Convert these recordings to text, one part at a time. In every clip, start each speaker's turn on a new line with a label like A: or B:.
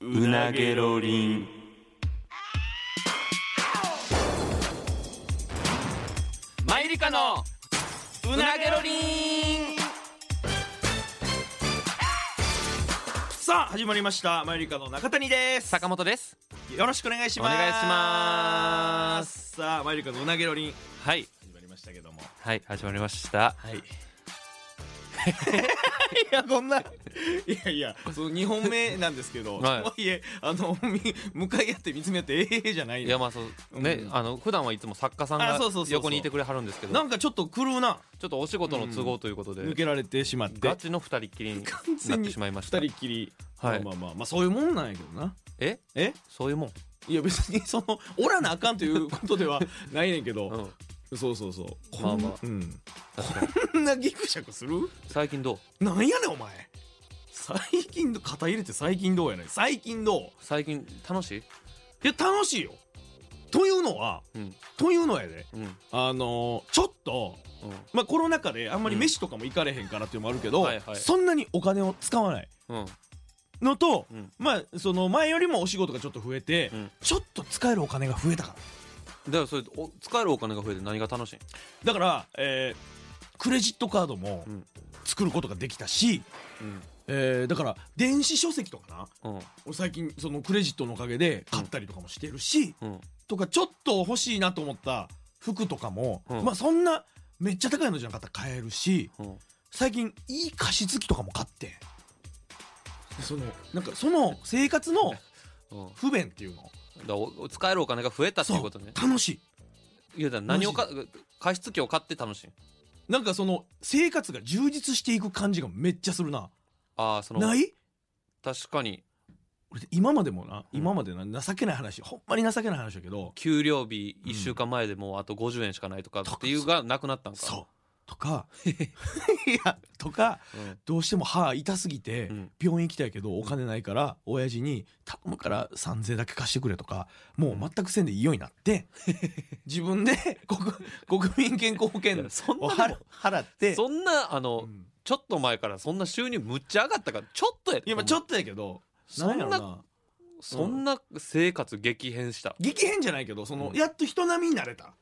A: うなげろりんマイリカのうなげろりん
B: さあ始まりましたマユリカの中谷です
A: 坂本です
B: よろしくお願いします
A: お願いします
B: さあマユリカのうなげろりん
A: はい
B: 始まりましたけど も
A: はい始まりました
B: はいいやこんないやいやその2本目なんですけど、
A: はい
B: とはいえあのみ向かい合って見つめ合ってええじゃない
A: い
B: よ
A: やまあそうね、
B: うん
A: あの普段はいつも作家さん
B: あ
A: が
B: そうそうそうそう
A: 横にいてくれはるんですけど
B: なんかちょっと狂うな
A: ちょっとお仕事の都合ということで、
B: 抜けられてしまって
A: ガチの二人っきりに
B: 完
A: な
B: 全
A: って
B: に
A: しまいました
B: 二人っきり、
A: はい
B: まあまあまあまあそういうもんなんやけどな
A: え
B: え
A: そういうもん、
B: いや別にそのおらなあかんということではないねんけど、
A: うん、
B: そうそうそう
A: まあまあ
B: こんうん
A: 確かに
B: こんなギクシャクする
A: 最近どう
B: なんやねんお前最近ど肩入れて最近どうやねん最近どう
A: 最近楽しい
B: いや楽しいよというのは
A: うん
B: というのやで
A: うん
B: あのーちょっとまあコロナ禍であんまり飯とかも行かれへんからっていうのもあるけど、
A: はいはい
B: そんなにお金を使わない
A: うんうん
B: のと
A: うん
B: まあその前よりもお仕事がちょっと増えて、
A: うん
B: ちょっと使えるお金が増えたから
A: だからそれお使えるお金が増えて何が楽しい
B: だから、えークレジットカードも
A: うん
B: 作ることができたし、えーだから電子書籍とかな
A: うんうん
B: 俺最近そのクレジットのおかげで買ったりとかもしてるし、
A: うん
B: とかちょっと欲しいなと思った服とかも、
A: うん
B: まあそんなめっちゃ高いのじゃなかったら買えるし
A: うん
B: 最近いい加湿器とかも買ってそのなんかその生活の
A: うん
B: 不便っていうの
A: だからお使えるお金が増えたっていうことね
B: そう楽しい
A: いやだから何をか加湿器を買って楽しい
B: なんかその生活が充実していく感じがめっちゃするな
A: ああその
B: ない
A: 確かに
B: 俺今までもな
A: うん
B: 今までな情けない話ほんまに情けない話だけど
A: 給料日
B: うん
A: 1週間前でもうあと50円しかないとかっていうがなくなったんか
B: そうとか いやとか
A: うん
B: どうしても歯痛すぎて、
A: うん
B: 病院行きたいけどお金ないから親父に頼むから3000だけ貸してくれとかもう全くせんでいいようになって 自分で国国民健康保
A: い
B: 険
A: やそん
B: を
A: な
B: 払払って
A: そんなあの
B: うん
A: ちょっと前からそんな収入むっちゃ上がったからちょっとや
B: いやまあちょっとやけど
A: そん
B: やろ
A: なそんな生活激変した
B: 激変じゃないけどその、
A: うん
B: やっと人並みになれた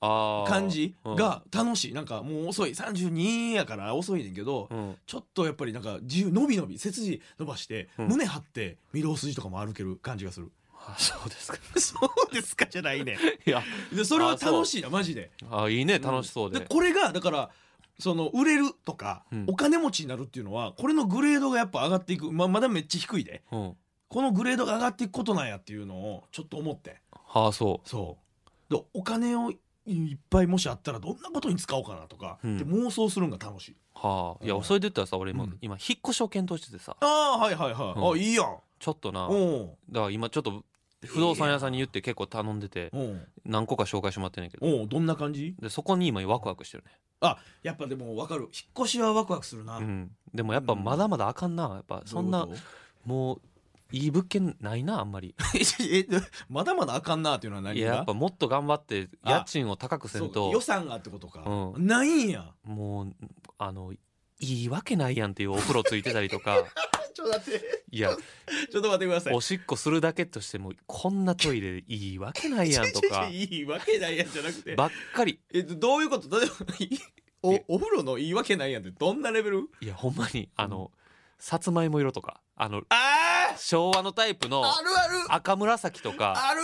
A: あー
B: 感じが楽しいなんかもう遅い32やから遅いねんけど、
A: うんうん
B: ちょっとやっぱりなんか自由のびのび背筋伸ばして、
A: うん
B: 胸張って御堂筋とかも歩ける感じがする
A: あ そうですか
B: そうですかじゃないね
A: いや
B: でそれは楽しいなマジで
A: あいいね楽しそうで,、
B: でこれがだからその売れるとか、
A: うん
B: お金持ちになるっていうのはこれのグレードがやっぱ上がっていくままだめっちゃ低いで
A: うん、
B: このグレードが上がっていくことなんやっていうのをちょっと思って
A: はあそ
B: そうでお金をいっぱいもしあったらどんなことに使おうかなとか、
A: うん
B: で妄想するんが楽しいう
A: はあいや
B: うん
A: それで言ったらさ俺今,、
B: うん
A: 今引っ越しを検討しててさ
B: ああはいはいはい、
A: うん
B: あいいやん
A: ちょっとなだか
B: おう
A: ら今ちょっと不動産屋さんに言って結構頼んでて
B: おう
A: 何個か紹介してもらってんねんけど
B: おうどんな感じ
A: でそこに今ワクワクしてるね、
B: やっぱでも分かる引っ越しはワクワクするな、
A: うん、でもやっぱまだまだあかんなやっぱそ んな
B: どういうこ
A: もういい物件ないなあんまり
B: とえまだまだあかんなっていうのは何が
A: いややっぱもっと頑張って
B: あ
A: 家賃を高くせ
B: そ
A: ん
B: うか予
A: と
B: 算がってことか、
A: う
B: ないんや
A: もうあのいいわけないやんっていうお風呂ついてたり とか
B: ちょっと待って
A: いや
B: ちょっと待ってください
A: おしっこするだけとしてもこんなトイレいいわけないや んとか
B: いいわけないやんじゃなくて
A: ばっかり
B: えどういうこと例えばいおお風呂の言い訳ないやんってどんなレベル
A: いやほんまにあのさつまいも色とかあの
B: あ
A: 昭和のタイプの
B: あるある
A: 赤紫とか
B: る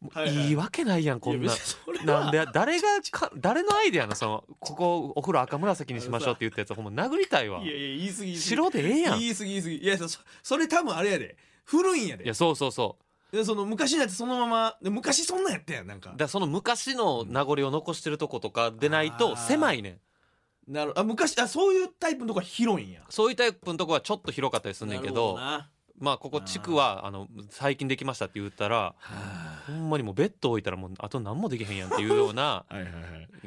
A: も
B: は
A: う
B: いはい
A: いいわけないやんこん
B: いや
A: な
B: 別にそれは
A: なんで誰がか誰のアイデアのそのここお風呂赤紫にしましょうって言ったやつほんま殴りたいわ
B: いやいや言い過ぎ言い過ぎ
A: 白でええやんい
B: 言い過ぎ言い過ぎいやそそれ多分あれやで古いんやで
A: やそうそうそう
B: でその昔のやつそのままで昔そんなんやったやんなんか
A: だからその昔の名残を残してるとことかでないと
B: あー
A: 狭いねん
B: なるあ昔あそういうタイプのとこは広いんや
A: そういうタイプのとこはちょっと広かったりすんねんけ
B: なる
A: ど
B: ほな
A: まあここ地区はあの最近できましたって言ったら
B: は
A: ほんまにもうベッド置いたらもうあと何もできへんやんっていうよ うな
B: あはいはいは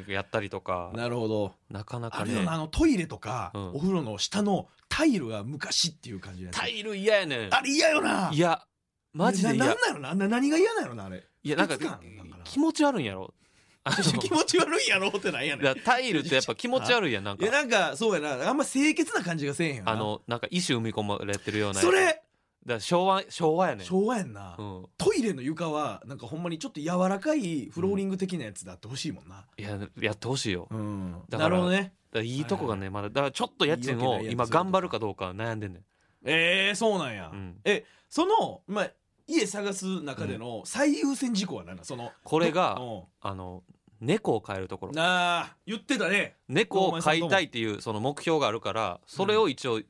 B: い
A: やったりとか
B: なるほど
A: なかな
B: あ
A: か
B: れ
A: ね
B: よなあのトイレとか、
A: うん
B: お風呂の下のタイルが昔っていう感じのやつ
A: タイル嫌やねん
B: あれ嫌よない
A: やマジで
B: なな
A: 嫌
B: んなのなな何が嫌なのなあ れ
A: いやなんか
B: 不潔感なんかな
A: 気持ち悪いんやろあの
B: 気持ち悪いやろってなんやねん
A: だからタイルってやっぱ気持ち悪いやんなん
B: い
A: か
B: やなんかそうやなあんま清潔な感じがせえへんよな
A: あのなんか石埋め込まれてるような
B: それ
A: だから昭和昭和やねん
B: 昭和やんな、
A: うん
B: トイレの床はなんかほんまにちょっと柔らかいフローリング的なやつであってほしいもんな、
A: いややってほしいよ
B: うん
A: だか
B: な
A: ら
B: るほどね
A: だからいいとこがねまだだからちょっと家賃
B: いいわけ
A: を
B: ないやつ
A: 今頑張るかどうか悩んでんねん
B: えー、そうなんや、
A: うん
B: えその、まあ、家探す中での最優先事項は何だその
A: これが
B: ど
A: あの猫を飼えるとこ
B: う
A: ろ
B: んなあ言ってたね
A: 猫を飼いたいっていうその目標があるからそれを一応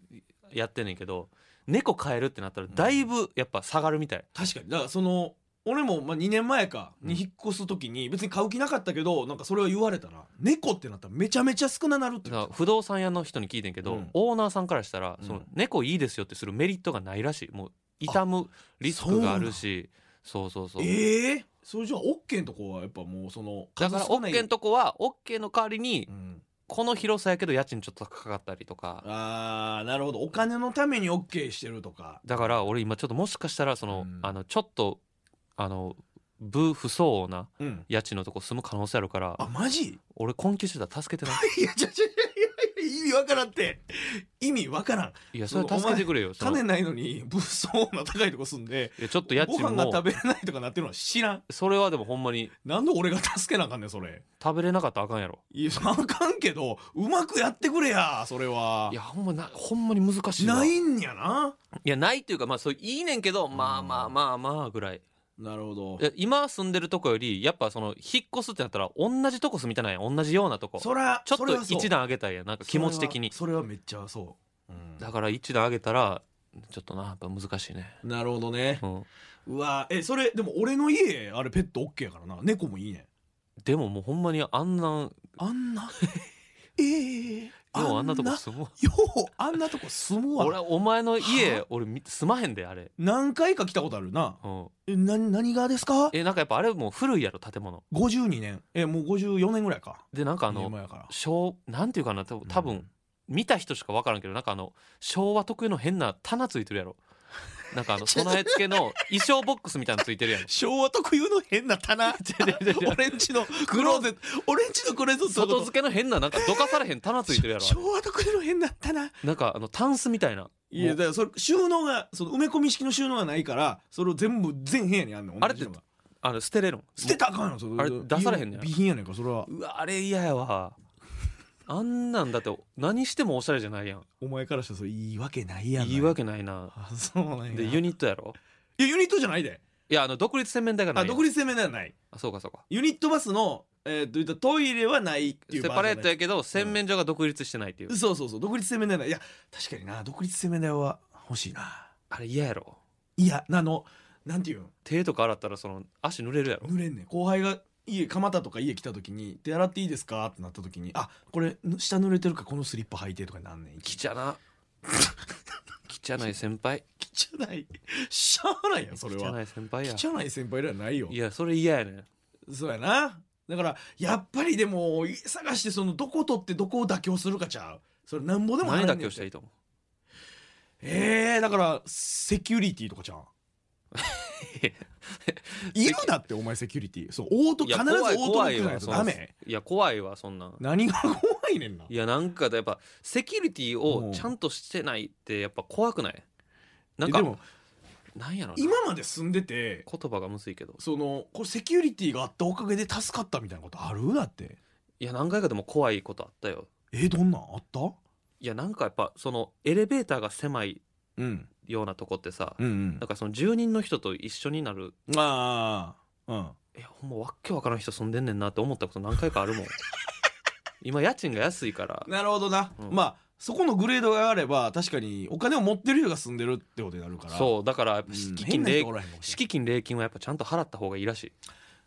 A: やってんねんけど、猫飼えるってなったらだいぶやっぱ下がるみたい、
B: 確かにだからその俺もまあ2年前かに
A: うん
B: 引っ越す時に別に買う気なかったけどなんかそれは言われたら猫ってなったらめちゃめちゃ少ななるって
A: だ
B: 言っ
A: から
B: てた
A: 不動産屋の人に聞いてんけど、
B: うん
A: オーナーさんからしたら、
B: うん
A: その猫いいですよってするメリットがないらしいもう傷むリスクがあるしそうそうそう
B: ええそれじゃあ OK のとこはやっぱもうその
A: だから OK の
B: と
A: とこは OK の代わりに
B: うん、
A: この広さやけど家賃ちょっと高かったりとか
B: あーなるほどお金のために OK してるとか
A: だから俺今ちょっともしかしたらその,、
B: うん
A: あのちょっとあの不不相応な
B: うん
A: 家賃のとこ住む可能性あるから
B: あマジ
A: 俺困窮してたら 助けてない
B: やちょちょちょいや意味わからんって意味わからん
A: いやそれ助けてくれよその
B: 金ないのに物騒な高いとこ住んで
A: いやちょっと家
B: ご
A: 賃
B: 飯が
A: も
B: 食べれないとかなってるのは知らん
A: それはでもほんまに
B: なんで俺が助けなあかんねんそれ
A: 食べれなかったらあかんやろ
B: いやあかんけどうまくやってくれやそれはい
A: やほんまなほんまに難しいわ
B: ないんやない
A: やないっていうかまあそういいねんけどまあ
B: うん
A: まあまあまあぐらい
B: なるほど
A: いや今住んでるとこよりやっぱその引っ越すってなったら同じとこ住みたないやん同じようなとこちょ
B: そら
A: っと一段上げたいやんなんか気持ち的に
B: それはそれはめっちゃそう、うん
A: だから一段上げたらちょっとなやっぱ難しいね
B: なるほどね
A: うん
B: うわえそれでも俺の家あれペットオッケーやからな猫もいいね
A: でももうほんまにあんな
B: あん なええ
A: ようあんなとこ住むわ
B: ようあんなとこ住むわ
A: 俺お前の家
B: は
A: 俺み住まへんであれ
B: 何回か来たことあるな
A: うん
B: えな何がですか
A: えなんかやっぱあれもう古いやろ建物
B: 52年えもう54年ぐらいか
A: でなんかあ
B: 家
A: の
B: 前やから
A: 昭なんていうかな多分多
B: う
A: 分
B: ん
A: 見た人しか分からんけどなんかあの昭和特有の変な棚ついてるやろな んかあの備え付けの衣装ボックスみたいなのついてるやん
B: 昭和特有の変な 棚俺んちのクローゼット俺んちのクローゼットってこと
A: 外付けの変ななんかどかされへん棚ついてるやろあれ
B: 昭和特有の変な棚
A: なんかあのタンスみたいない
B: やだからそれ収納がその埋め込み式の収納がないからそれを全部全部屋にあんの
A: あれってあの捨てれるん
B: 捨てたらあかんよそ
A: あれ出されへんねや
B: 備品やねんからそれは
A: うわあれ嫌やわあんなんだって何してもおしゃれじゃないやん
B: お前からしたらそれいいわけないやん
A: 言い訳ないな
B: あそうなんや
A: でユニットやろ
B: いやユニットじゃないで
A: いやあの独立洗面台がない
B: あ
A: やん
B: 独立洗面台はない
A: あそうかそうか
B: ユニットバスのえーっと言ったらトイレはないってい
A: セ
B: うバ
A: パ
B: ー
A: レ
B: ジョン
A: ートやけど洗面所が独立してないっていう
B: そうそうそう独立洗面台ないいや確かにな独立洗面台は欲しいな
A: あれ嫌やろ
B: いやあのなんていうん
A: 手とか洗ったらその足濡れるやろ
B: 濡れんねん後輩が家蒲田とか家来た時に「手洗っていいですか?」ってなった時に「あこれぬ下濡れてるからこのスリッパ履いて」とかなんねん
A: きちゃなきちゃない先輩
B: きちゃないしゃあないやん それ
A: きちゃ
B: は
A: ない先輩
B: き
A: や
B: ちゃない先輩らはないよ
A: いやそれ嫌やねん
B: そうやなだからやっぱりでも探してそのどこ取ってどこを妥協するかちゃうそれなんぼでもあ
A: 何
B: んねん
A: 妥協したらいいと思
B: えー、だからセキュリティとか ちゃんいるだってお前セキュリティそうオート
A: ういや
B: 必ずオートロ
A: 怖
B: ッ
A: い
B: ク
A: わ
B: ないと
A: その
B: ダメ
A: いや怖いわそんなん
B: 何が怖いねんない
A: やなんかやっぱセキュリティをちゃんとしてないってやっぱ怖くないなん
B: で
A: か
B: も
A: なんやろな
B: 今まで住んでて
A: 言葉がむずいけど
B: そのこれセキュリティがあったおかげで助かったみたいなことあるだって
A: いや何回かでも怖いことあったよ
B: えー、どんなんあった
A: いやなんかやっぱそのエレベーターが狭い
B: うん
A: ようなとこってさ、
B: うんうん
A: なんかその住人の人と一緒になる
B: ああうん
A: いやほんまわっけわからん人住んでんねんなって思ったこと何回かある もん今家賃が安いから
B: なるほどな、
A: うん
B: まあそこのグレードが上がれば確かにお金を持ってる人が住んでるってことになるから
A: そうだからやっぱ
B: うん
A: 敷
B: 変
A: 金
B: な
A: 礼
B: 人おらへんかもしれ
A: 敷金礼金はやっぱちゃんと払った方がいいらしい
B: ん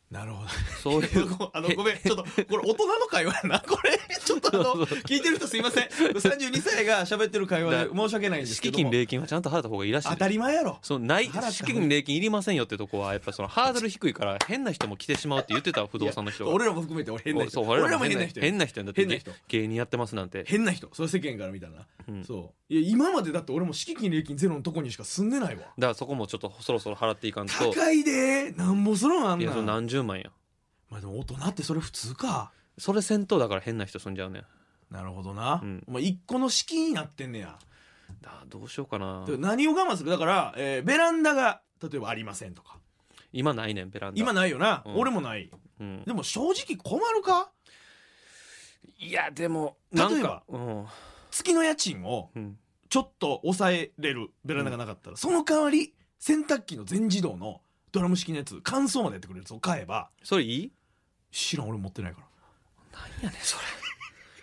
B: なるほど
A: そ ういう
B: あ のごめんちょっとこれ大人の会話やな これちょっとあの聞いてる人すいません32歳 が喋ってる会話で申し訳ないんですけ
A: 敷
B: ど
A: 金
B: も
A: 礼金はちゃんと払った方がいいらしい
B: 当たり前やろ
A: そのない
B: 払った方がいい
A: 敷金礼金いりませんよってとこはやっぱそのハードル低いから変な人も来てしまうって言ってたわ不動産の人が
B: 俺らも含めて俺変な人
A: そう
B: 俺
A: 俺
B: らも
A: らも
B: 変な
A: 変
B: 人変
A: な人変な人やんだって
B: 変な人
A: 芸人やってますなんて
B: な人それ世間から見たらな、
A: うん
B: そういや今までだって俺も敷金礼金ゼロのとこにしか住んでないわ
A: だからそこもちょっとそろそろ払っていかんと
B: 高いでなんぼするんあん
A: いや
B: な
A: それ
B: ん
A: 何十万や
B: まあでも大人ってそれ普通か
A: それ先頭だから変な人住んじゃうねん
B: なるほどな、
A: うん
B: まあ一個の敷金になってんねや
A: あどうしようかな
B: で何を我慢するだから、えーベランダが例えばありませんとか
A: 今ないねんベランダ
B: 今ないよな、
A: うん
B: 俺もない
A: うん
B: でも正直困るか
A: いやでも
B: 例えば
A: なんかうん
B: 月の家賃を
A: うん
B: ちょっと抑えれるベランダがなかったら、その代わり洗濯機の全自動のドラム式のやつ乾燥までやってくれるやつを買えば
A: それいい
B: 知らん俺持ってないから
A: なんやねんそ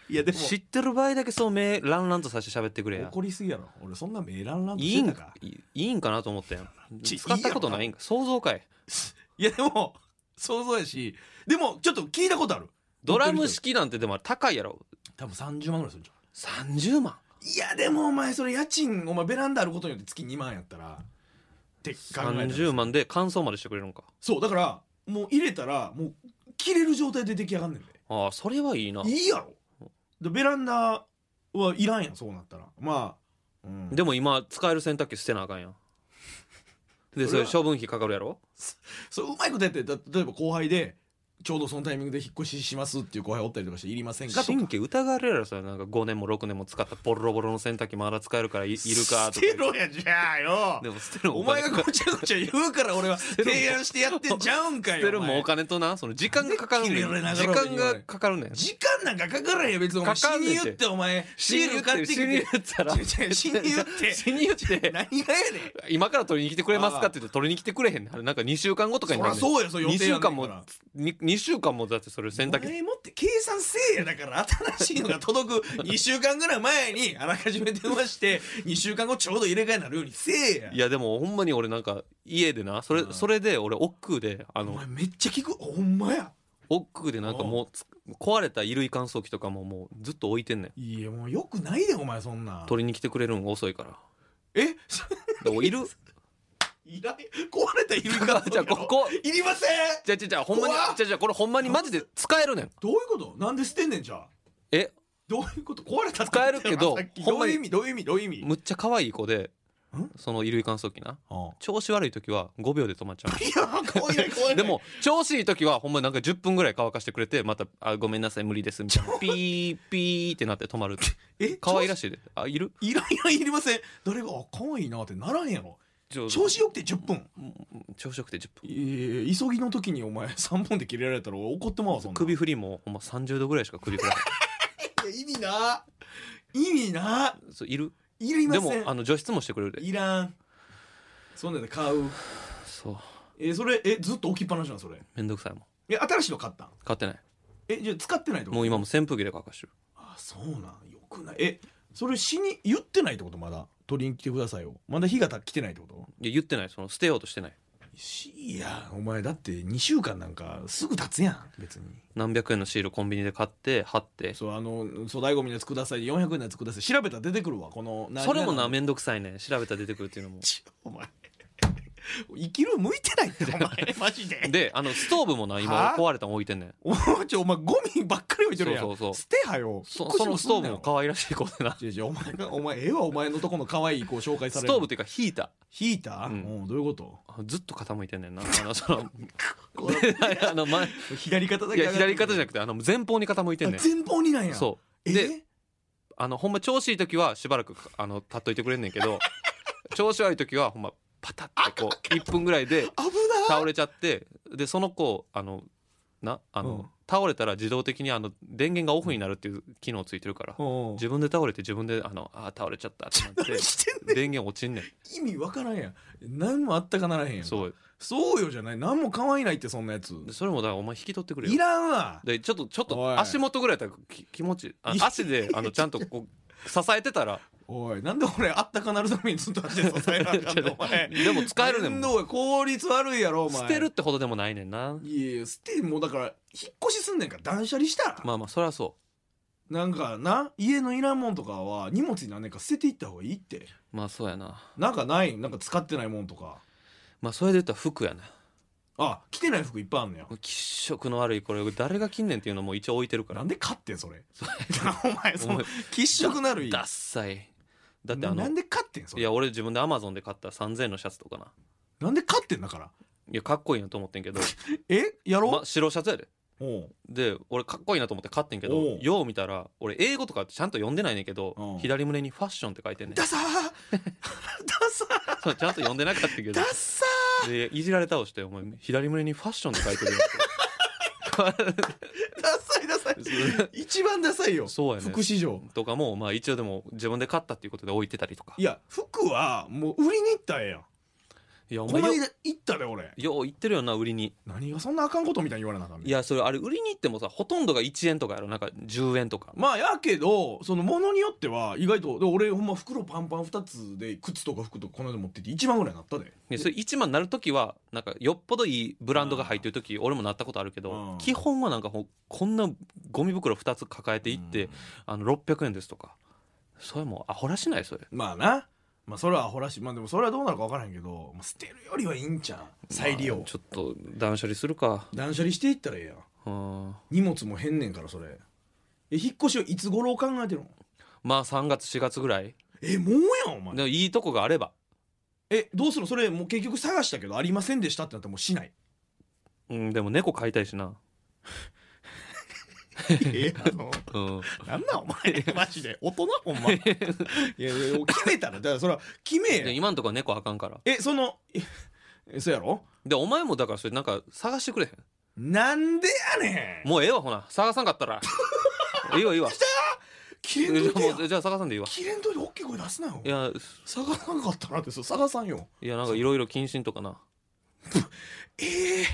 B: いやで
A: れ知ってる場合だけそう目ランランとさして喋ってくれや
B: 怒りすぎやろ俺そんなメランランと
A: い
B: し
A: い
B: て
A: ん
B: たか
A: かいいいんかなと思ったやん
B: ち
A: 使ったことないんか想像かい
B: いやでも想像やしでもちょっと聞いたことある
A: ドラム式なんてでもあれ高いやろ
B: 多分30万ぐらいするんじゃ
A: 30万
B: んいやでもお前それ家賃お前ベランダあることによって月2万やったらって考えたら
A: 30万で乾燥までしてくれるんか
B: そうだからもう入れたらもう切れる状態で出来上がんねんで
A: ああそれはいいない
B: いやろでベランダはいらんやんそうなったらまあ、うん、
A: でも今使える洗濯機捨てなあかんやんでそ
B: それ
A: れ
B: は
A: 処分費かかるやろ
B: そううまいことやってだ例えば後輩でちょうどそのタイミングで引っ越ししますっていう後輩おったりとかしていりませんかとか
A: 神経疑われるやろそれなんか5年も6年も使ったボロボロの洗濯機まだ使えるからいいるか
B: 捨
A: とか
B: てろやじゃあよ
A: でも捨てるの
B: お
A: お金
B: 前がごちゃごちゃ言うから 俺は
A: るもん
B: 提案してやってんちゃうんか
A: 捨
B: よ
A: てるも
B: お
A: ん
B: 前
A: お金となその時間がかかるねん
B: 切れられなが
A: 時
B: ら俺
A: 間がかかるねん
B: 時間なんかかからんよ別にお前
A: かか
B: 死
A: んねん
B: に
A: て
B: 言ってお前シール買ってき
A: 死に言
B: て
A: ったら
B: 違う違う死に言って
A: 死に言って
B: 何がやねん
A: 今から取りに来てくれますかって言うと取りに来てくれへんねんあれなんか2週間後とかに
B: そ
A: な
B: ら
A: るねん
B: そうやそう予
A: 2
B: 定や
A: 週
B: ねんか
A: 間
B: ら
A: もに2週間もだってそれ洗濯機
B: 前もって計算せえやだから新しいのが届 く2週間ぐらい前にあらかじめ電話して2週間後ちょうど入れ替えになるようにせえや
A: いやでもほんまに俺なんか家でなそれ
B: うん
A: それで俺億劫であ
B: お
A: の
B: 前めっちゃ聞くほんまや
A: 億劫でなんかもうつ壊れた衣類乾燥機とかももうずっと置いてんねん
B: いやもうよくないでお前そんな
A: 取りに来てくれるんが遅いから
B: え
A: でも いる
B: いらん壊れた衣類乾燥機
A: じゃ
B: や
A: あ
B: ろ
A: ここ
B: いりません
A: じゃあじゃあじゃあほんまに
B: 怖っ
A: じゃあじゃあこれほんまにマジで使えるねん
B: どういうことなんで捨てんねんじゃあ
A: え
B: どういうこと壊れたって
A: 使えるけど
B: さっき
A: ほん
B: どう
A: ま
B: いう
A: に
B: 意味どういう意味どういう意味
A: むっちゃ可愛い子で
B: ん
A: その衣類乾燥機な
B: ああ
A: 調子悪い時は5秒で止まっ ちゃう
B: いや怖いない怖いない
A: でも調子いい時はほんまになんか10分ぐらい乾かしてくれてまた「あごめんなさい無理です」みたいなピーピーってなって止まる
B: え
A: 可愛らしいであいる
B: いらんいらんいりません誰があ可愛いなってならんやろ
A: ちょ
B: 調子よくて10分
A: 朝食って10分
B: いや急ぎの時にお前3本で切れられたら俺怒ってまうわそんな
A: 首振りもほんま30度ぐらいしか首 振らない
B: いや意味な意味な
A: そういる
B: いりま
A: で
B: せ
A: も
B: ん
A: あの除湿もしてくれるで
B: いらんそんなんで買う
A: そう
B: えそれえずっと置きっぱなしなんそれ
A: めんどくさいもん
B: え新しいの買ったん
A: 買ってない
B: えじゃあ使ってないってこと
A: もう今もう扇風機で乾かしてる
B: あそうなんよくないえそれ死に言ってないってことまだ取りに来てくださいよまだ日がた来てないってこと
A: いや言ってないその捨てようとしてない
B: しいやお前だって2週間なんかすぐ経つやん別に
A: 何百円のシールコンビニで買って貼って
B: そうあの粗大ごみのやつください400円のやつください調べたら出てくるわこの
A: それもな
B: な
A: めんどくさいね調べたら出てくるっていうのも
B: お前 生きる向いてないってお 前マジで
A: であのストーブもな今
B: は
A: 壊れたの置いてんねん
B: お前ちょお前ゴミばっかり置いてるやん
A: そうそうそう
B: 捨てはよ
A: そそのストーブも
B: わ
A: 可愛らしい子 でな
B: いいお前がお前ええわお前のとこの可愛い子紹介さ
A: ス
B: れる
A: トーブっていうかヒータ
B: ヒーター、
A: うん
B: うん、どういう こと
A: ーずっと傾いてん ねんなあのそので あの前
B: 左肩だ
A: い
B: け
A: や左肩じゃなくてあの前方に傾いてんね
B: あ
A: ん
B: 前方になんや
A: そうであのほんま調子いい時はしばらくあの立っといてくれんねん けど調子悪い時はほんまパタッてこう1分ぐらいで
B: 危な
A: 倒れちゃってでその子あのなあの、
B: うん
A: 倒れたら自動的にあの電源がオフになるっていう機能ついてるから、
B: うん
A: 自分で倒れて自分であのあー倒れちゃったってなっ
B: 何 してんね
A: て電源落ちんねん
B: ん意味わからんやん何もあったかならへんやんそう
A: そう
B: よじゃない何も可愛いないってそんなやつ
A: でそれもだからお前引き取ってくれ
B: い
A: よ
B: らんわ
A: でちょっとちょっ
B: おい
A: と足元ぐらいだったらき気持ちいいあ
B: いや
A: 足であのちゃんとこう支えてたら
B: おいなんで俺あったかなるためにずっと足で支えなあ かんのお前
A: でも使えるねん
B: 面
A: もん
B: 倒や効率悪いやろお前
A: 捨てるってほどでもないねんない
B: やいや捨てもうだから引っ越しすんねんから断捨離したら、
A: まあまあそりゃそ
B: なんかな家のいらんもんとかは荷物になんねんから捨てていった方がいいって
A: うまあそうやな
B: なんかないなんか使ってないもんとか
A: まあそれで言ったら服やな
B: あ着てない服いっぱいあんのや
A: 気色の悪いこれ誰が近年っていうのも一応置いてるか
B: な
A: ら
B: んで買ってんそれ お前その喫食なるい
A: ダッサいだってあ
B: な
A: の
B: なんで買ってんそ
A: い
B: れ
A: や俺自分でアマゾンで買った3000円のシャツとかな
B: なんで買ってんだから
A: いやかっこいいなと思ってんけど、
B: えやろう、
A: ま、白シャツやで
B: おう
A: で俺かっこいいなと思って買ってんけ
B: お
A: ど
B: う
A: よう見たら俺英語とかちゃんと読んでないねんけ
B: う
A: ど
B: ん
A: 左胸に「ファッション」って書いて んねん
B: ダ サーダサー
A: そうちゃんと読んでなかったけど
B: ダッサ
A: でいじられ倒して「お前左胸にファッション」って書いてるよ
B: ーダサいダサい
A: って
B: 一番ダサいよ
A: そうやね
B: 服市場
A: とかもまあ一応でも自分で買ったっていうことで置いてたりとか
B: いや服はもう売りに行ったらええやん
A: いやお
B: この
A: 前よ
B: 間行ったで俺
A: よう言ってるよな売りに
B: 何がそんなあかんことみたいに言われなあかんねん
A: いやそれあれ売りに行ってもさほとんどが1円とかやろなんか10円とか
B: まあやけどそのものによっては意外とで俺ほんま袋パンパン2つで靴とか服とかこの間持ってって1万ぐらいなったで
A: でそれ1万なる時はなんかよっぽどいいブランドが入ってる時俺もなったことあるけ
B: う
A: ど
B: ん
A: 基本はなんかほんこんなゴミ袋2つ抱えていって、あの600円ですとかそれもうアホらしないそれ
B: うんまあなまあそれはアホらしいまあでもそれはどうなるか分からへんけど、まあ、捨てるよりはいいんじゃん再利用、
A: まあちょっと断捨離するか
B: 断捨離していったらええやん
A: うん
B: 荷物も変ねんからそれえ引っ越しをいつ頃考えてるの
A: まあ3月4月ぐらい
B: えもうやんお前
A: でもいいとこがあれば
B: えどうするのそれもう結局探したけどありませんでしたってなったらもうしない
A: うんでも猫飼いたいしな
B: えあの
A: うん
B: なんなんお 前マジで大人ほんまいやいや決めたらだからそれは決め
A: で
B: え
A: 今んとこは猫あかんから
B: えそのええそうやろ
A: でお前もだからそれなんか探してくれへん
B: なんでやねん
A: もうええわほな探さん かったらいいわいいわ
B: 切れんといてや
A: もうじゃあ探さんでいいわ
B: 切れんといて大きい声出すなよ
A: いや
B: 探さなかったらってそう探さんよ
A: いやなんかいろいろ謹慎とかな
B: ええ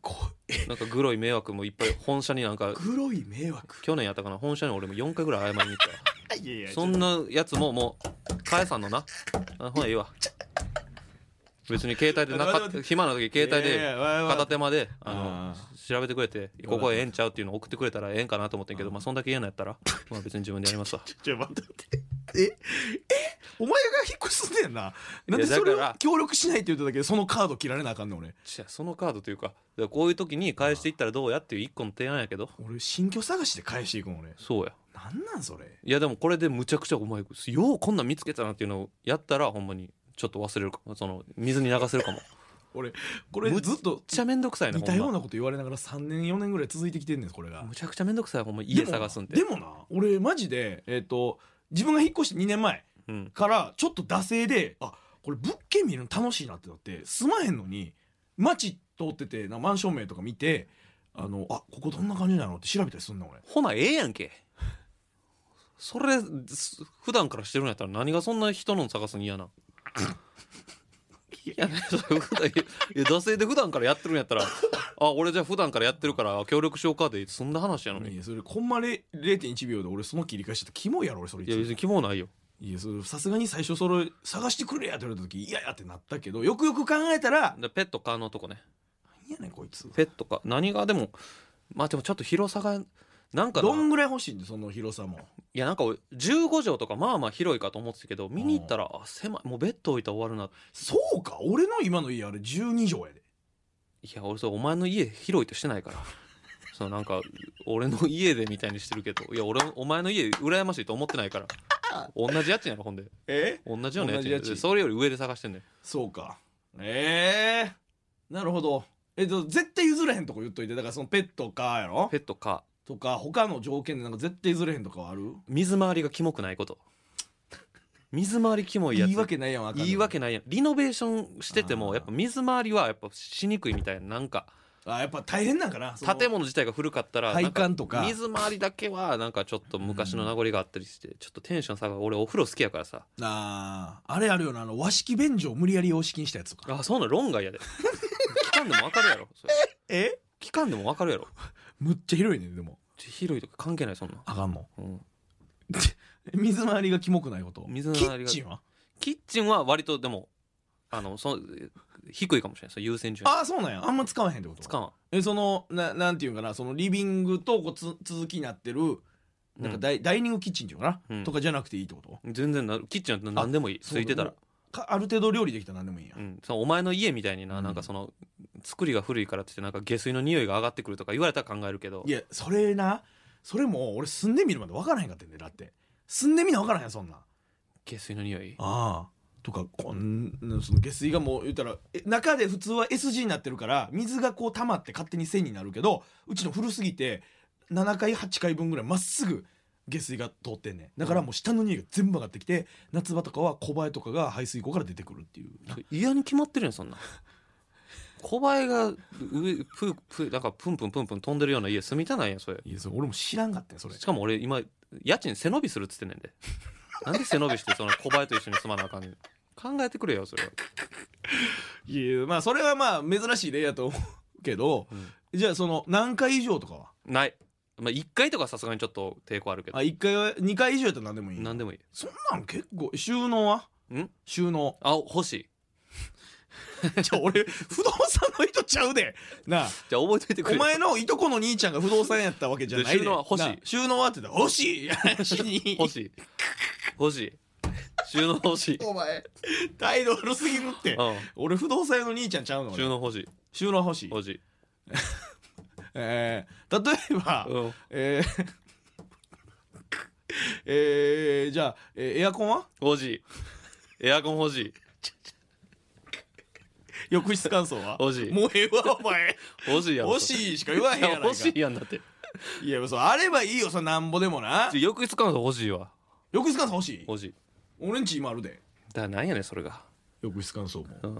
B: こえ
A: なんかグロい迷惑もいっぱい本社になんか
B: 黒い迷惑
A: 去年やったかな本社に俺も4回ぐらい謝りに行った
B: いやいや
A: そんなやつももう返さんのなあほらいいわ別に携帯でなかった暇な時携帯
B: いやい
A: で
B: やわいわい
A: 片手間であ
B: あ
A: の調べてくれてここええんちゃうっていうのを送ってくれたらええんかなと思ってんけど
B: うん
A: まあそんだけ嫌なんやったらまあ別に自分でや りますわ
B: ちょ、待って待って。え、え、お前が引っ越しすんねやんな。なんでそれを
A: だから
B: 協力しないって言っただけで、そのカード切られなあかんねん俺。
A: じゃあそのカードというかだからこういう時に返していったらどうやっていう一個の提案やけど
B: 俺、新居探しで返していくもん、俺。
A: そうや
B: なんなんそれ。
A: いやでもこれでむちゃくちゃお前ようこんなん見つけたなっていうのをやったらほんまにちょっと忘れるかもその水に流 せるかもめっ
B: 俺、これずっと
A: ちゃめんどくさいな
B: 似
A: ほ
B: た
A: ん
B: よう
A: ま
B: なこと言われながら3年、4年ぐらい続いてきてんねん、これが。
A: むちゃくちゃめんどくさいほんま家
B: でも
A: 探すんで
B: でもな、俺マジで、えっ、と、自分が引っ越して2年前
A: うん
B: から、ちょっと惰性で、あ、これ物件見るの楽しいなってなって、住まへんのに、街通ってて、なマンション名とか見て、あの、あ、ここどんな感じなのって調べたりすんな、俺。
A: ほなええやんけそれす普段からしてるんやったら何がそんな人の探すの嫌なんいやねそれ 普段いや惰性で普段からやってるんやったらあ俺じゃあ普段からやってるから協力しようかでそんな話やの
B: い
A: に
B: やそれコンマ0 0.1秒で俺その切り返しちゃったキモいやろ俺それい
A: いや別
B: つ
A: に希望ないよ
B: いやそれさすがに最初それ探してくれやって言われた時いややってなったけどよくよく考えたら
A: でペット可のとこね
B: 何やねんこいつ
A: ペットか何がでもまあでもちょっと広さがなんかな
B: どんぐらい欲しいんでその広さも
A: いやなんか俺15畳とかまあまあ広いかと思ってたけど見に行ったらあ狭いもうベッド置いたら終わるな
B: そうか俺の今の家あれ12畳やで
A: いや俺それお前の家広いとしてな いからそのなんか俺の家でみたいにしてるけどいや俺お前の家羨ましいと思ってないから同じ家賃やろほんで
B: え
A: 同じような家賃
B: 同じ家賃
A: それより上で探してんねん
B: そうかええなるほどえっと絶対譲れへんとこ言っといてだからそのペットかやろ
A: ペットか
B: とか他の条件でなんか絶対譲れへんとかはある
A: 水回りがキモくないこと水回りキモいやつ
B: 言い訳ないやんあかんの
A: 言い訳ないやんリノベーションしててもやっぱ水回りはやっぱしにくいみたいななんか
B: あやっぱ大変なんかなその
A: 建物自体が古かったら
B: 配管とか
A: なん水回りだけはなんかちょっと昔の名残があったりして、ちょっとテンション下がる俺お風呂好きやからさ
B: あーあれあるよなあの和式便所を無理やり洋式にしたやつとか
A: あそうなの論外 やで期間でも分かるやろそれ
B: え
A: 期間でも分かるやろ
B: むっちゃ広いねでも
A: ち広いとか関係ないそんなん、
B: あかんの
A: うん、
B: 水回りがキモくないこと
A: 水回りが
B: キッチンは
A: キッチンは割とでもあのその低いかもしれないその優先順位
B: ああそうなんやあんま使わへんってこと
A: つかんわ
B: えそのななんていうんかなそのリビングとこうつ続きになってるなんかダイ,、ダイニングキッチンっていうのかな、
A: うん
B: とかじゃなくていいってこと
A: 全然なキッチンは何でもいいついてたら
B: そうだかある程度料理できたら何でもいいんや、
A: うん、そのお前の家みたいにな,、
B: うん
A: なんかその作りが古いからって言ってなんか下水の匂いが上がってくるとか言われたら考えるけど
B: いやそれなそれも俺住んでみるまで分からへんかってんねだって住んでみな分からへんやんそんなん
A: 下水の匂い
B: ああとかこんその下水がもう言ったらえ中で普通は S 字になってるから水がこう溜まって勝手に線になるけどうちの古すぎて7回8回分ぐらいまっすぐ下水が通ってんねんだからもう下の匂いが全部上がってきて夏場とかは小林とかが排水溝から出てくるっていう
A: 嫌に決まってるや んそんなん小林が上ププなんかプンプンプンプン飛んでるような家住みたないやんそれ
B: いやそれ俺も知らんかったよそれ
A: しかも俺今家賃背伸びするっつってんねん でなんで背伸びしてその小林と一緒に住まなあかんねん考えてくれよそれは、
B: いやまあそれはまあ珍しい例やと思うけどじゃあその何回以上とかは
A: ない、まあ、1回とかさすがにちょっと抵抗あるけど
B: あ1回は2回以上やったら何でもいい
A: 何でもいい
B: そんなん結構収納は
A: ん
B: 収納
A: あ欲しい
B: じゃあ俺不動産の人ちゃうで なあ
A: じゃあ覚えといてく
B: お
A: れ
B: 前のいとこの兄ちゃんが不動産やったわけじゃないで
A: 収納は欲しい
B: なあ収納はって言ったら欲しい話に
A: 欲しい欲しい 収納欲しい、
B: お前態度悪すぎるって
A: う
B: 俺不動産屋の兄ちゃんちゃうの
A: ん、
B: 俺
A: 収納欲しい
B: 収納欲しい
A: 欲しい、
B: えー例えば
A: うん、
B: えー えーじゃあ、えーエアコンは
A: 欲しいエアコン欲しい
B: 浴室乾燥は
A: 欲しい
B: もうええわお前
A: 欲 しいやん
B: 欲しいしか言わへんやないか
A: 欲しいやんだって
B: いやそうあればいいよそれなんぼでもな
A: ちょ浴室乾燥欲しいわ
B: 浴室乾燥欲しい
A: 欲しい
B: 俺んち今あるで
A: だからなんやねんそれが、
B: 浴室乾燥も
A: うん、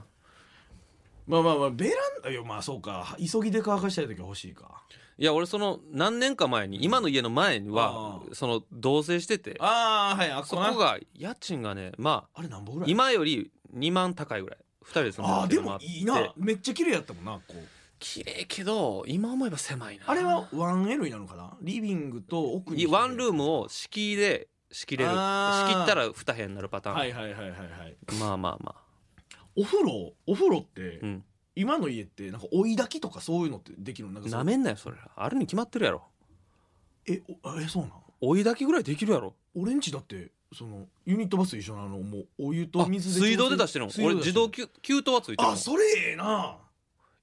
B: まあまあまあベランダいやまあそうか急ぎで乾かしたい時は欲しいか
A: いや俺その何年か前に今の家の前には
B: あ
A: その同棲してて
B: ああはいあ
A: そ
B: こな
A: こが家賃がねまあ
B: あれなんぼぐらい
A: 今より2万高いぐらい2人で住んで
B: ああ
A: る
B: で
A: けどま
B: も
A: あ
B: いいな
A: で
B: めっちゃ綺麗やったもんなこう
A: 綺麗けど今思えば狭いな
B: あれは 1L になるのかなリビングと奥に
A: いワンルームを敷居で仕切れる仕
B: あー
A: 切ったら2部屋になるパターン、
B: はいはいはいはいはい
A: まあまあまあ
B: お風呂お風呂って
A: うん
B: 今の家ってなんか追い炊きとかそういうのってできるのなんかそう
A: なめんなよそれあるに決まってるやろ
B: えおえそうなん
A: 追いだきぐらいできるやろ
B: 俺んちだってそのユニットバスと一緒なのもうお湯と
A: あ
B: 水で
A: 水道で出してるの
B: 水道
A: 俺
B: で出
A: 自
B: してる
A: 動給給湯はついてるもん
B: あそれええな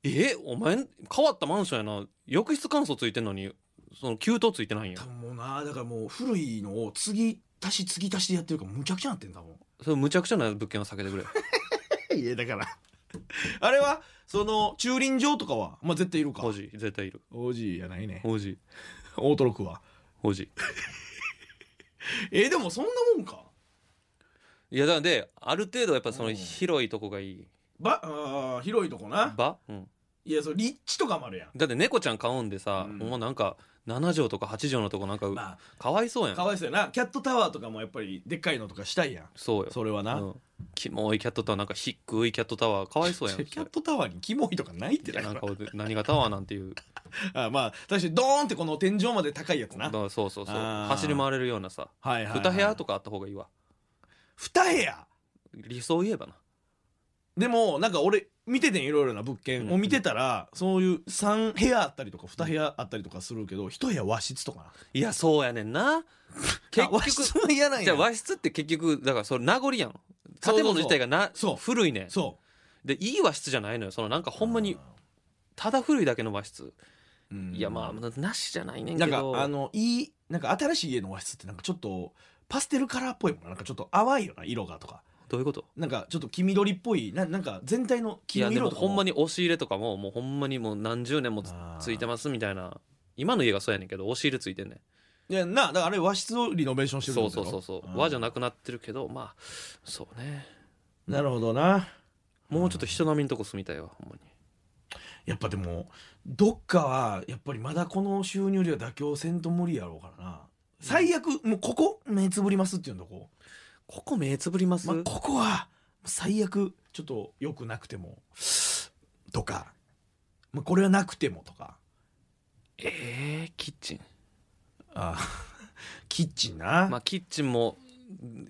A: えお前変わったマンションやな浴室乾燥ついてんのにその給湯ついてないんや
B: 多分もうなだからもう古いのを次足し次足しでやってるからむちゃくちゃなってんだも
A: それむちゃくちゃな物件は避けて くれ
B: ん いやだから あれはその駐輪場とかはまあ絶対いるか
A: おじい絶対 いる
B: おじいやないね
A: おじい
B: オートロックは
A: おじ
B: えーでもそんなもんか
A: いいやだからである程度やっぱそうの
B: ん
A: 広いとこがいい
B: ばあー広いとこな
A: 場、うん、
B: いやそう立地とかもあるやん
A: だって猫ちゃん買うんでさ、
B: うん
A: もうなんか7畳とか8畳のとこなんか、
B: ま
A: かわいそうや
B: あ
A: ん
B: かわいそうやなキャットタワーとかもやっぱりでっかいのとかしたいやん
A: そうよ
B: それはな、
A: うんキモいキャットタワーなんか低いキャットタワーかわいそうやん
B: キャットタワーにキモいとかないってだ
A: な
B: か
A: ん
B: ら
A: か何がタワーなん ていう
B: あまあ確かにドーンってこの天井まで高いやつな、
A: だからそうそうそう
B: あー
A: 走り回れるようなさ
B: はいはい、はい、
A: 2部屋とかあった方がいいわ
B: 2部屋
A: 理想言えばな
B: でもなんか俺見ててんいろいろな物件を見てたら、そういう3部屋あったりとか2部屋あったりとかするけど1部屋和室とかない
A: やそうやね んな結
B: あ和室
A: 局
B: も嫌なん
A: じゃ
B: や
A: あ和室って結局だからその名残やん
B: そうそうそう
A: 建物自体がな
B: そう
A: 古いねん
B: そ
A: でいい和室じゃないのよそのなんか
B: う
A: ほんまに、ただ古いだけの和室、
B: うん
A: いやまあななしじゃないねん
B: な
A: け
B: んか
A: ど
B: あのいいなんか新しい家の和室ってなんかちょっとパステルカラーっぽいもんななんかちょっと淡いよな色がとか
A: どういうこと
B: なんかちょっと黄緑っぽいななんか全体の
A: い
B: 黄
A: や
B: 色
A: でも
B: とか
A: ほんまに押し入れとかももうほんまにもう何十年もつ
B: あー
A: ついてますみたいな今の家がそうやねんけど押し入れついてんねん
B: いやなだからあれ和室をリノベーションしてる
A: そうそうそうそう和じゃ
B: な
A: なくなってるけどまあそうね
B: なるほどな
A: もうちょっと人並みのとこ住みたいわほんまに
B: やっぱでもどっかはやっぱりまだこの収入量妥協せんと無理やろうからな最悪もうここ目つぶりますっていうのこ、
A: ここ目つぶります、
B: まあ、ここは最悪ちょっと良くなくてもとか、まあ、これはなくてもとか
A: えー、キッチン
B: あキッチンな、
A: まあキッチンも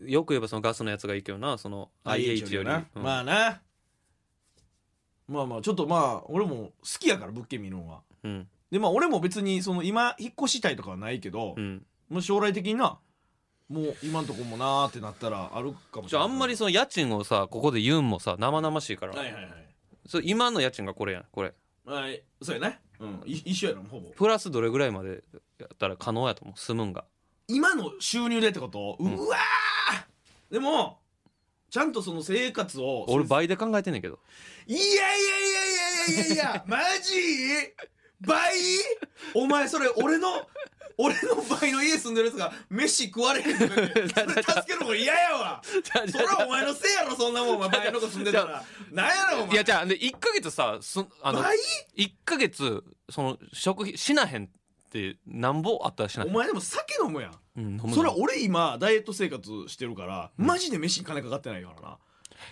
A: よく言えばそのガスのやつがいいけどなその IH より
B: な、
A: うん
B: まあなまあまあちょっとまあ俺も好きやから物件見るのは
A: うん
B: でまあ俺も別にその今引っ越したいとかはないけど、
A: うん
B: もう将来的になもう今んとこもなーってなったらあるかもし
A: じ
B: れな
A: ゃあ
B: い
A: あんまりその家賃をさここで言うんもさ生々しいから、
B: はいはい
A: そう今の家賃がこれやんこれ
B: はいはいそうやねうんい一緒やろほぼ
A: プラスどれぐらいまでやったら可能やと思う住むんが
B: 今の収入でってこと、う
A: うん
B: わーでもちゃんとその生活を
A: 俺倍で考えてんねんけど
B: いやいやいやいやいやい やマジ倍お前それ俺の俺の倍の家住んでるやつが飯食われ へんとか言ってそれ助けるのも嫌やわそれはお前のせいやろそんなもんお前倍の子住んでたらなんやろお
A: いや
B: 前
A: じゃあで1ヶ月さすんあの
B: 倍
A: 1ヶ月その食費しなへんってなんぼあったらしな
B: お
A: へん
B: 前でも酒飲むやん
A: うん飲むの
B: それは俺今ダイエット生活してるから
A: うん
B: マジで飯に金かかってないからな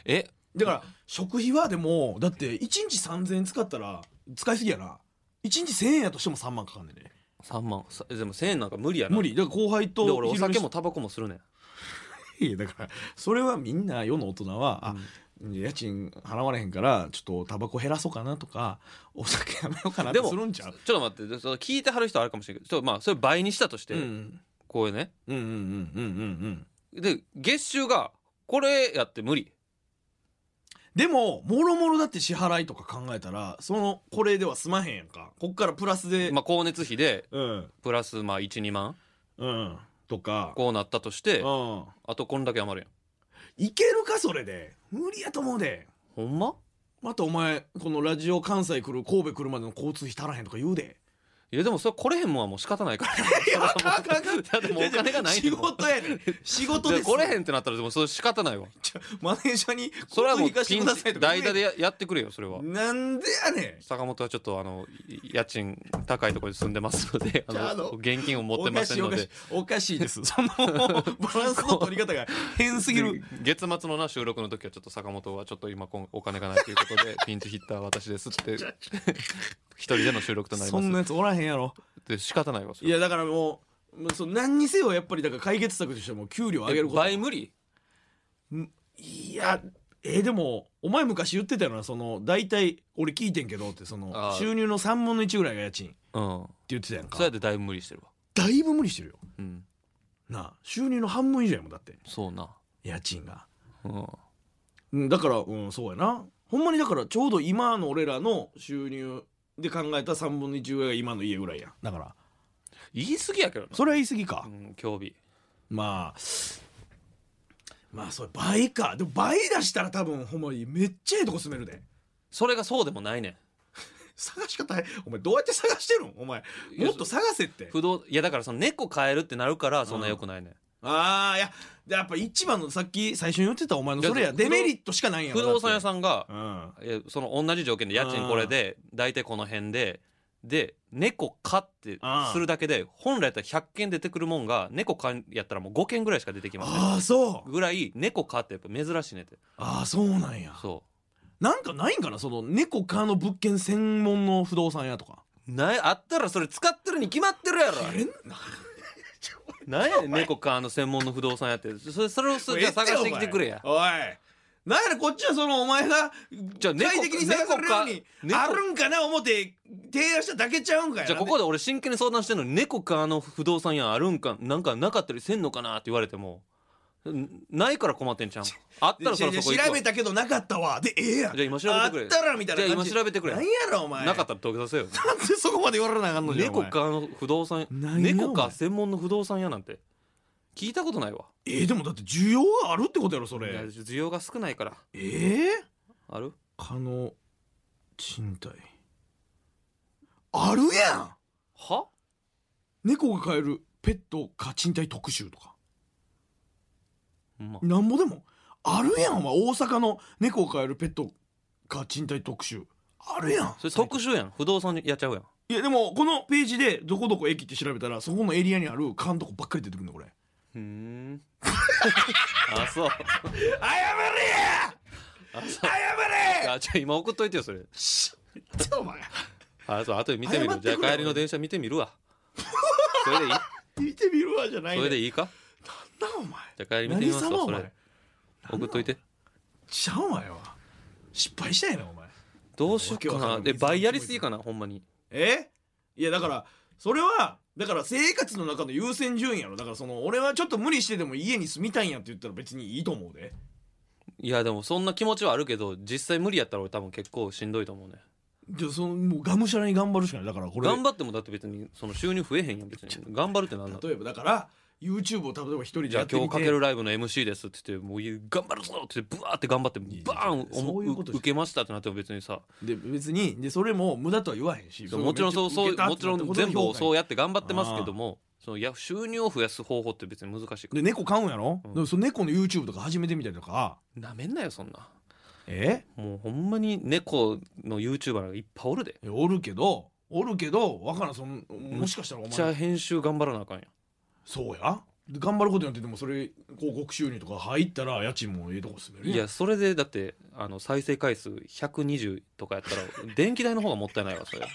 A: え
B: だから食費はでもだって1日3000円使ったら使いすぎやな1日1000円やとしても3万かかんねんね
A: 3万さでも1000円なんか無理やな
B: 無理だから後輩と
A: で俺お酒
B: 昼飯
A: もタバコもするねん
B: いやだからそれはみんな世の大人は、あ
A: うん
B: 家賃払われへんからちょっとタバコ減らそうかなとかお酒やめようかなっ
A: で
B: て
A: も
B: するんちゃう
A: ちょっと待ってでその聞いてはる人はあるかもしれんけどちょっとまあそれ倍にしたとして、
B: うん
A: こういうね
B: うんうんうんうんうんうん
A: で月収がこれやって無理
B: でももろもろだって支払いとか考えたらそのこれでは済まへんやんかこっからプラスで、
A: まあ光熱費で
B: うん
A: プラスまあ12万
B: うんとか
A: こうなったとして
B: うん
A: あとこんだけ余る
B: いけるかそれで無理やと思うで
A: やんほんま
B: またお前このラジオ関西来る神戸来るまでの交通費足らへんとか言うで
A: いやでもそれ来れへんもんはもう仕方ないから
B: いやあかんあかんあかん
A: だってもうお金がない
B: 仕
A: ねんもん
B: 事やねん仕事です
A: で来れへんってなったらでもそれ仕方ないわ
B: ちょマネージャーに
A: それはもう
B: 交通費
A: ピン
B: 貸してくださいとか
A: 代
B: 言え
A: 打でややってくれよそれは
B: なんでやねん
A: 坂本はちょっとあのい家賃高いところに住んでますのであ
B: じゃああ
A: の
B: の
A: 現金を持ってませんので
B: おかしいおかしいおかしいですその バランスの取り方が変すぎる
A: 月末のな収録の時はちょっと坂本はちょっと今こんお金がないということでピンチヒッター私ですって 一人での収録となり
B: そ
A: ます
B: んなやつおらへんやろ
A: で仕方ないわそ
B: い
A: れ
B: やだからもうもうそう何にせよやっぱりだから解決策としてはもう給料上げること
A: 倍無理
B: いやえーでもお前昔言ってたよなその大体俺聞いてんけどってその
A: あー
B: 収入の3分の1ぐらいが家賃って
A: うん
B: 言ってたやん
A: それ
B: か
A: やでだいぶ無理してるわ
B: だいぶ無理してるよ
A: うん
B: なあ収入の半分以上やもんだって
A: そうな
B: 家賃が
A: うん
B: うん、だからうんそうやなほんまにだからちょうど今の俺らの収入で考えた3分の1ぐらいが今の家ぐらいやんだから
A: 言い過ぎやけどな
B: それは言い過ぎか
A: う、ん興味
B: まあまあそれ倍かでも倍出したら多分ほんまにめっちゃええとこ住めるで
A: それがそうでもないね
B: 探し方お前どうやって探してるんお前
A: ん
B: もっと探せって
A: 不動いやだからその猫飼えるってなるからそんな良くないね、
B: ああいややっぱ一番のさっき最初に言ってたお前のそれや
A: いや不動
B: デメリットしかないんやろ
A: 不動産屋さんが
B: んうん
A: いやその同じ条件で家賃これで大体この辺でで猫飼って
B: うん
A: するだけで本来やったら100件出てくるもんが猫飼やったらもう5件ぐらいしか出てきません
B: ああそう
A: ぐらい猫飼ってやっぱ珍しいねって
B: ああそうなんや
A: そ
B: なんかないんかなその猫科の物件専門の不動産屋とか
A: うないあったらそれ使ってるに決まってるやろ
B: えんな
A: なんやねん猫飼の専門の不動産やってそれそれをすじゃあ探してきてくれや
B: おいなんやねんこっちはそのお前が
A: じゃあ猫
B: 具体的に探せるように
A: 猫か
B: あるんかな思って提案しただけちゃうんかいな
A: じゃあここで俺真剣に相談してんのに猫かあの不動産屋あるんかなんかなかったりせんのかなって言われてもんないから困って んじゃんあっ
B: で
A: たらそろ
B: い
A: そ
B: や
A: ろ
B: い
A: こ
B: や調
A: 行く
B: べた
A: わ
B: けどなかったわでええやん
A: じゃあ今調べてくれ
B: あったらみたいな感
A: じゃあ今調べてくれ
B: なんやろお前
A: なかったら土下座せよ
B: なんでそこまで言われなあかんのじゃんお
A: 猫
B: 前
A: かあの不動産
B: なんや
A: 猫
B: お
A: か
B: 前
A: 専門の不動産屋なんて聞いたことないわ
B: えーでもだって需要はあるってことやろそ
A: いや
B: れ
A: 需要が少ないから
B: ええ
A: ある
B: 可能賃貸あるやん
A: は
B: 猫が飼えるペット家賃貸特集とか
A: ほんま
B: なんぼでもあるやんお前大阪の猫を飼えるペット家賃貸特集あるやん
A: それ特殊やん不動産やっちゃうやん
B: いやでもこのページでどこどこ駅って調べたらそこのエリアにある缶とこばっかり出てくるのこれ
A: ふーん あそう
B: 謝れや
A: あそ
B: 謝
A: うあじゃあ今送っといてよそれ
B: ちょお前
A: あそう後で見てみ
B: 謝
A: る
B: っ
A: じゃ
B: てくれよ
A: あ帰りの電車見てみ るわそれでいい
B: 見てみるわじゃない
A: それで
B: い
A: いいか
B: なお前
A: じゃあ帰り見てみ
B: 何
A: ます
B: 様
A: わ
B: お
A: そ
B: 前
A: れ送っといて
B: ちゃうわよ失敗したいなお前
A: どうしよう
B: わ
A: か
B: けわか
A: なん
B: ない
A: え倍やりすぎかなほんまに
B: えいやだからそれはだから生活の中の優先順位やろだからその俺はちょっと無理してでも家に住みたいんやって言ったら別にいいと思うで
A: いやでもそんな気持ちはあるけど実際無理やったら俺多分結構しんどいと思うね
B: じゃあそのもうがむしゃらに頑張るしかないだからこれ
A: 頑張ってもだって別にその収入増えへんやん別に頑張るってなんだ
B: 例えばだから YouTube を例えば一人で
A: じゃ
B: や
A: あ
B: って
A: 今
B: みて
A: 日かけるライブの MC ですって言ってもう頑張るぞってブワーって頑張ってバ
B: いや
A: ーン
B: そうそういうことじゃん
A: 受けましたってなっても別にさ
B: で別にでそれも無駄とは言わへんし
A: もちろんそうそうもちろん全部をそう
B: う
A: やって頑張ってますけどもそのいや収入を増やす方法って別に難しいか
B: で猫飼うんやろ、
A: うん
B: でその猫の YouTube とか始めてみたりとから
A: なめんなよそんな
B: え
A: もうほんまに猫の YouTuber がいっぱいおるで
B: いやおるけどおるけどわからんそのもしかしたらお
A: じゃ
B: 前
A: あ編集頑張らなあかんや
B: そうやで頑張ることによってでもそれ広告収入とか入ったら家賃もええとこ住める
A: い
B: やん
A: やそれでだってあの再生回数120とかやったら電気代の方がもったいないわそれ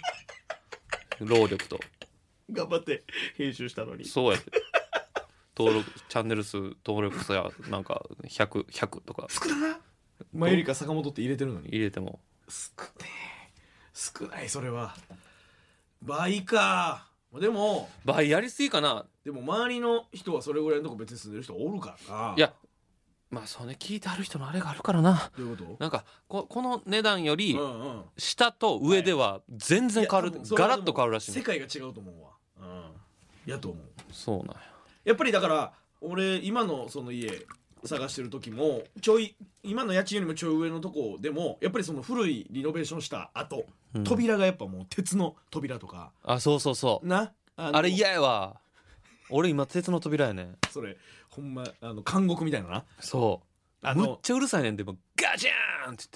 A: 労力と
B: 頑張って編集したのに
A: そうやって登録チャンネル数登録数やなんか100100とか
B: 少なマユリカ坂本って入れてるのに
A: 入れても
B: 少ね少ないそれは倍かでも
A: 倍やりすぎかな
B: でも周りの人はそれぐらいのとこ別に住んでる人おるからない
A: やまあそうね聞いてある人のあれがあるからな
B: どういうこと
A: なんかここの値段より
B: うんうん
A: 下と上では全然変わる、
B: いや多分それ
A: ガ
B: は
A: ラッと変わるらしい
B: 世
A: ね
B: 界が違うと思うわうんやと思う
A: そうなんや
B: やっぱりだから俺今のその家探してる時もちょい今の家賃よりもちょい上のとこでもやっぱりその古いリノベーションした後、
A: うん
B: 扉がやっぱもう鉄の扉とか
A: あそうそうそう
B: なあの
A: あれ嫌やわ俺今鉄の扉やねん
B: それほんまあの監獄みたいなな
A: そう
B: あ
A: むっ
B: の
A: ちゃうるさいねんでもガチャー ンって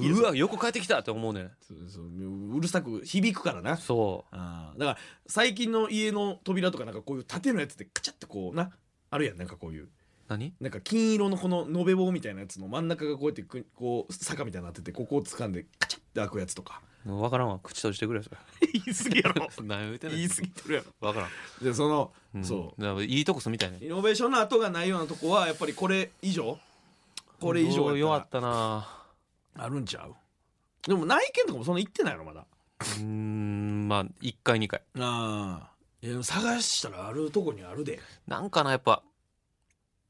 A: 言ってうわ横帰ってきたって思うねん
B: そうそううるさく響くからな
A: そ
B: あーだから最近の家の扉とかなんかこういう縦のやつってカチャってこうなあるやんなんかこういう
A: う何
B: なんか金色のこの延べ棒みたいなやつの真ん中がこうやってくこう坂みたいになっててここを掴んでカチャって開くやつとか
A: 分からんわ口閉じてくれそれ
B: 言い過ぎ や ろ
A: 何を言うてんねん
B: 言い過ぎてるやろ
A: 分からん、
B: でその、
A: ん
B: そう
A: だからいいとこ住みたいね
B: リノベーションの跡がないようなとこはやっぱりこれ以上これ以上
A: よ
B: や
A: か
B: っ
A: ったたな
B: らあるんちゃうでも内見とかもそんな行ってないのまだ
A: うーんまあ1回2回
B: ああいや探したらあるとこにあるで
A: なんかなやっぱ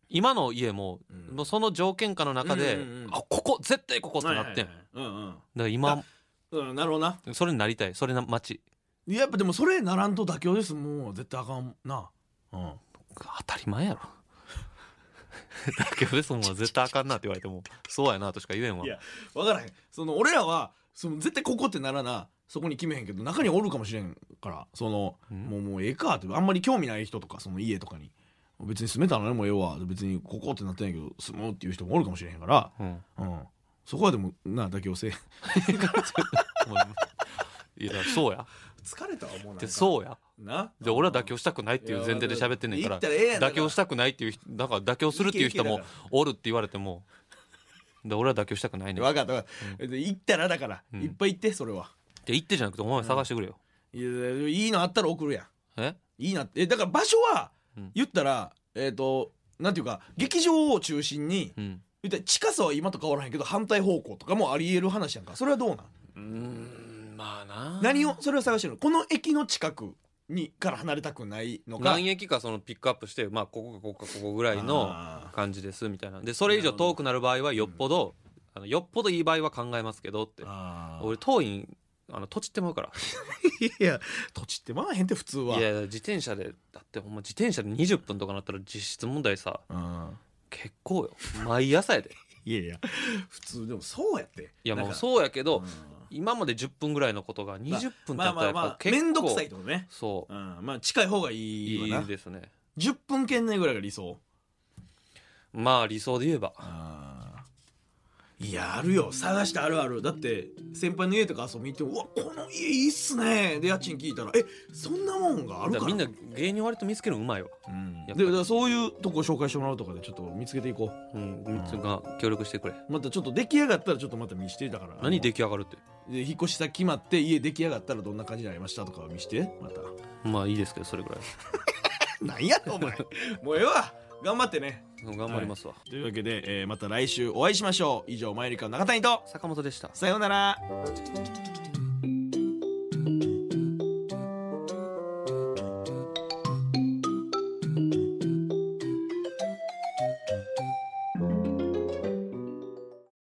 A: 今の家も,、
B: うん
A: もうその条件下の中で、
B: うんうんうん
A: あここ絶対ここってなってん、
B: はいはいはいうんうん
A: だから今
B: うん、なるほどな。
A: それになりたいそれな街
B: やっぱでもそれならんと妥協です。もう絶対あかんな。うん。
A: 当たり前やろ だけどそんは絶対あかんなって言われてもそうやなとしか言えんわ
B: いやわからへん。その俺らは、その絶対ここってならな、そこに決めへんけど、中におるかもしれんから、その、
A: うん
B: もうもうええかって、あんまり興味ない人とか、その家とかに。別に住めたらねもうええわ別にここってなってないけど住もうっていう人もおるかもしれへんから、
A: うん
B: う ん、そこはでもな妥協せえ
A: お前いやだからそうや
B: 疲れたわもうなん
A: で
B: か
A: そうや
B: うな
A: で俺は妥協したくないっていう前提で喋ってんねんから
B: いやいやいや
A: 妥協したくないっていうだから妥協するっていう人
B: いけ
A: も
B: いけだ
A: おるって言われてもで俺は妥協したくないねん
B: 分かった分かった、で行ったらだから、
A: うん
B: いっぱい行ってそれは
A: で行ってじゃなくてお前探してくれよ
B: いやいいのあったら送るやん
A: え
B: いいなってえだから場所は
A: うん
B: 言ったら、えっ、となんていうか劇場を中心に
A: うん
B: 言ったら近さは今と変わらへんけど反対方向とかもありえる話やんかそれはどうなん
A: うーんまあな
B: 何をそれを探してるのこの駅の近くにから離れたくないのか
A: 何駅かそのピックアップしてまあここかここかここぐらいの
B: あ
A: 感じですみたいなでそれ以上遠くなる場合はよっぽどあのよっぽどいい場合は考えますけどって
B: ーあー
A: 俺当院あの土地ってまうから
B: いや土地ってまあへんって普通はい
A: やいや自転車でだってほんま自転車で20分とかなったら実質問題さ
B: うん
A: 結構よ毎朝 やで
B: いやいや普通でもそうやって
A: いやもう
B: う
A: そうやけど、
B: ん
A: 今まで10分ぐらいのことが20分経
B: ま
A: っ
B: あ
A: たら
B: ま
A: や
B: あ
A: っぱ
B: まあ
A: 結構
B: 面倒くさいってことね、
A: そ
B: うん、まあ近い方が
A: う
B: いいわ
A: い
B: ない
A: ですね
B: 10分圏内ぐらいが理想
A: まあ理想で言えば
B: あーいやあるよ探してあるあるだって先輩の家とか遊びに行ってもうわこの家いいっすねで家賃聞いたらえそんなもんがあ
A: だ
B: るか
A: か
B: らら
A: みんな、芸人割と見つけるのうまいわ、
B: うん、
A: や
B: で
A: っぱり
B: だからそういうとこ紹介してもらうとかでちょっと見つけていこう
A: うん、みつが協力してくれ
B: またちょっと出来上がったらちょっとまた見してだから
A: 何出
B: で
A: 来上がるって
B: で引っ越し先決まって家出来上がったらどんな感じになりましたとかを見してま た
A: まあいいですけどそれぐらい
B: なんや お前もうええわ頑張ってね
A: うん頑張りますわ、
B: というわけで、えーまた来週お会いしましょう以上マユリカの中谷と
A: 坂本でした
B: さようなら